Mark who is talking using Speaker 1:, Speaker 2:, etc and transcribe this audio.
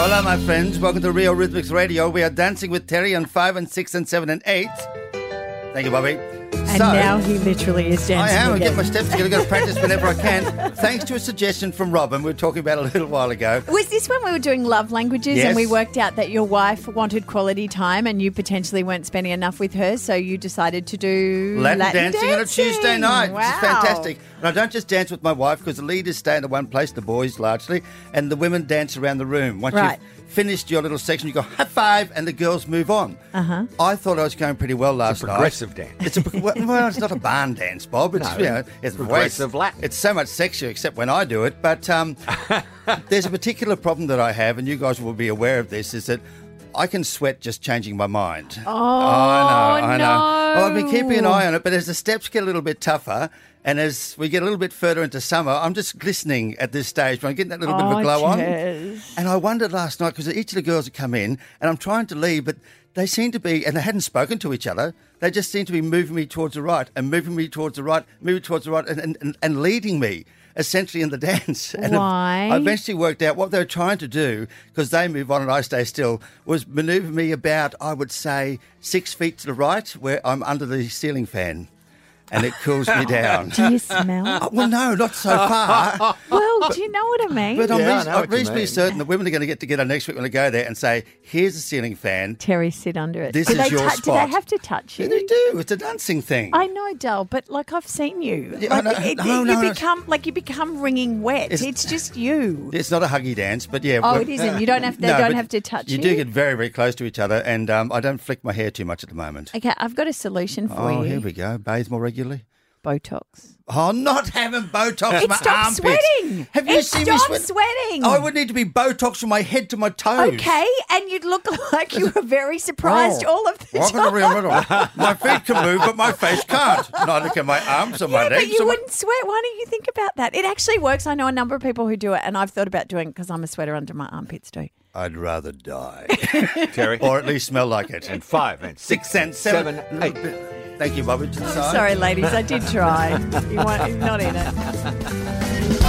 Speaker 1: Hello, my friends. Welcome to Real Rhythmics Radio. We are dancing with Terry on 5 and 6 and 7 and 8. Thank you, Bobby.
Speaker 2: And now he literally is dancing.
Speaker 1: I am. I
Speaker 2: again.
Speaker 1: get my steps together. Go to practice whenever I can. Thanks to a suggestion from Robin, we were talking about a little while ago.
Speaker 2: Was this when we were doing love languages
Speaker 1: Yes.
Speaker 2: and we worked out that your wife wanted quality time and you potentially weren't spending enough with her, so you decided to do
Speaker 1: Latin, dancing, on a Tuesday
Speaker 2: dancing?
Speaker 1: night, which
Speaker 2: Wow.
Speaker 1: is fantastic. And I don't just dance with my wife because the leaders stay in one place, the boys largely, and the women dance around the room. Once
Speaker 2: Right.
Speaker 1: you've finished your little section, you go high five, and the girls move on. Uh-huh. I thought I was going pretty well last night.
Speaker 3: progressive dance.
Speaker 1: It's a pro- well, it's not a barn dance, Bob. It's you know, it's
Speaker 3: progressive
Speaker 1: voice.
Speaker 3: Latin.
Speaker 1: It's so much sexier, except when I do it. But um, there's a particular problem that I have, and you guys will be aware of this, is that. I can sweat just changing my mind. Oh, I know, I know. Well, I've been keeping an
Speaker 2: Oh, no.
Speaker 1: eye on it, but as the steps get a little bit tougher and as we get a little bit further into summer, I'm just glistening at this stage, but I'm getting that little bit of a
Speaker 2: Oh,
Speaker 1: glow on.
Speaker 2: cheers.
Speaker 1: And I wondered last night because each of the girls had come in, and I'm trying to leave, but they seem to be, and they hadn't spoken to each other. They just seemed to be moving me towards the right and moving me towards the right, moving towards the right, and and, and, and leading me essentially in the dance. And
Speaker 2: Why?
Speaker 1: I eventually worked out what they were trying to do because they move on and I stay still was manoeuvre me about, I would say, six feet to the right where I'm under the ceiling fan, and it cools me down.
Speaker 2: Do you smell?
Speaker 1: Oh, well, no, not so far.
Speaker 2: well, do you know what I mean?
Speaker 1: Oh, But I'm,
Speaker 3: Yeah, I
Speaker 1: reas-
Speaker 3: know
Speaker 1: I'm
Speaker 3: what you
Speaker 1: reasonably
Speaker 3: mean.
Speaker 1: certain that women are going to get together next week when I go there and say, "Here's a ceiling fan."
Speaker 2: Terry, sit under it.
Speaker 1: This
Speaker 2: do
Speaker 1: is
Speaker 2: they
Speaker 1: your
Speaker 2: tou- Do
Speaker 1: spot.
Speaker 2: they have to touch
Speaker 1: Yeah,
Speaker 2: you?
Speaker 1: they do. It's a dancing thing.
Speaker 2: I know, Del, but like I've seen you.
Speaker 1: Yeah, I
Speaker 2: Like,
Speaker 1: know.
Speaker 2: it-
Speaker 1: No,
Speaker 2: it-
Speaker 1: no,
Speaker 2: you
Speaker 1: no.
Speaker 2: become like you become wringing wet. It's,
Speaker 1: It's-
Speaker 2: just you.
Speaker 1: It's not a huggy dance, but yeah.
Speaker 2: Oh,
Speaker 1: well-
Speaker 2: it isn't. You don't have. They
Speaker 1: No,
Speaker 2: don't
Speaker 1: but
Speaker 2: have to touch you.
Speaker 1: You do get very, very close to each other, and um, I don't flick my hair too much at the moment.
Speaker 2: Okay, I've got a solution for
Speaker 1: Oh,
Speaker 2: you.
Speaker 1: here we go. Bathe more regularly.
Speaker 2: Botox.
Speaker 1: Oh, not having Botox in
Speaker 2: It
Speaker 1: my armpits.
Speaker 2: stops sweating.
Speaker 1: Have you
Speaker 2: It
Speaker 1: seen
Speaker 2: stops
Speaker 1: me sweat?
Speaker 2: sweating.
Speaker 1: I would need to be Botox from my head to my toes.
Speaker 2: Okay, and you'd look like you were very surprised
Speaker 1: Oh.
Speaker 2: all of the
Speaker 1: Welcome to
Speaker 2: time.
Speaker 1: Real Middle. My feet can move, but my face can't. Neither can my arms or my
Speaker 2: Yeah,
Speaker 1: legs.
Speaker 2: but you
Speaker 1: or my-
Speaker 2: wouldn't sweat. Why don't you think about that? It actually works. I know a number of people who do it, and I've thought about doing it because I'm a sweater under my armpits too.
Speaker 1: I'd rather die,
Speaker 3: Terry.
Speaker 1: or at least smell like it.
Speaker 3: and five and six.
Speaker 1: Six and seven.
Speaker 3: Seven, eight.
Speaker 2: Oh,
Speaker 1: Thank you, Bobby. To the side.
Speaker 2: Sorry, ladies, I did try. You want, you're not in it.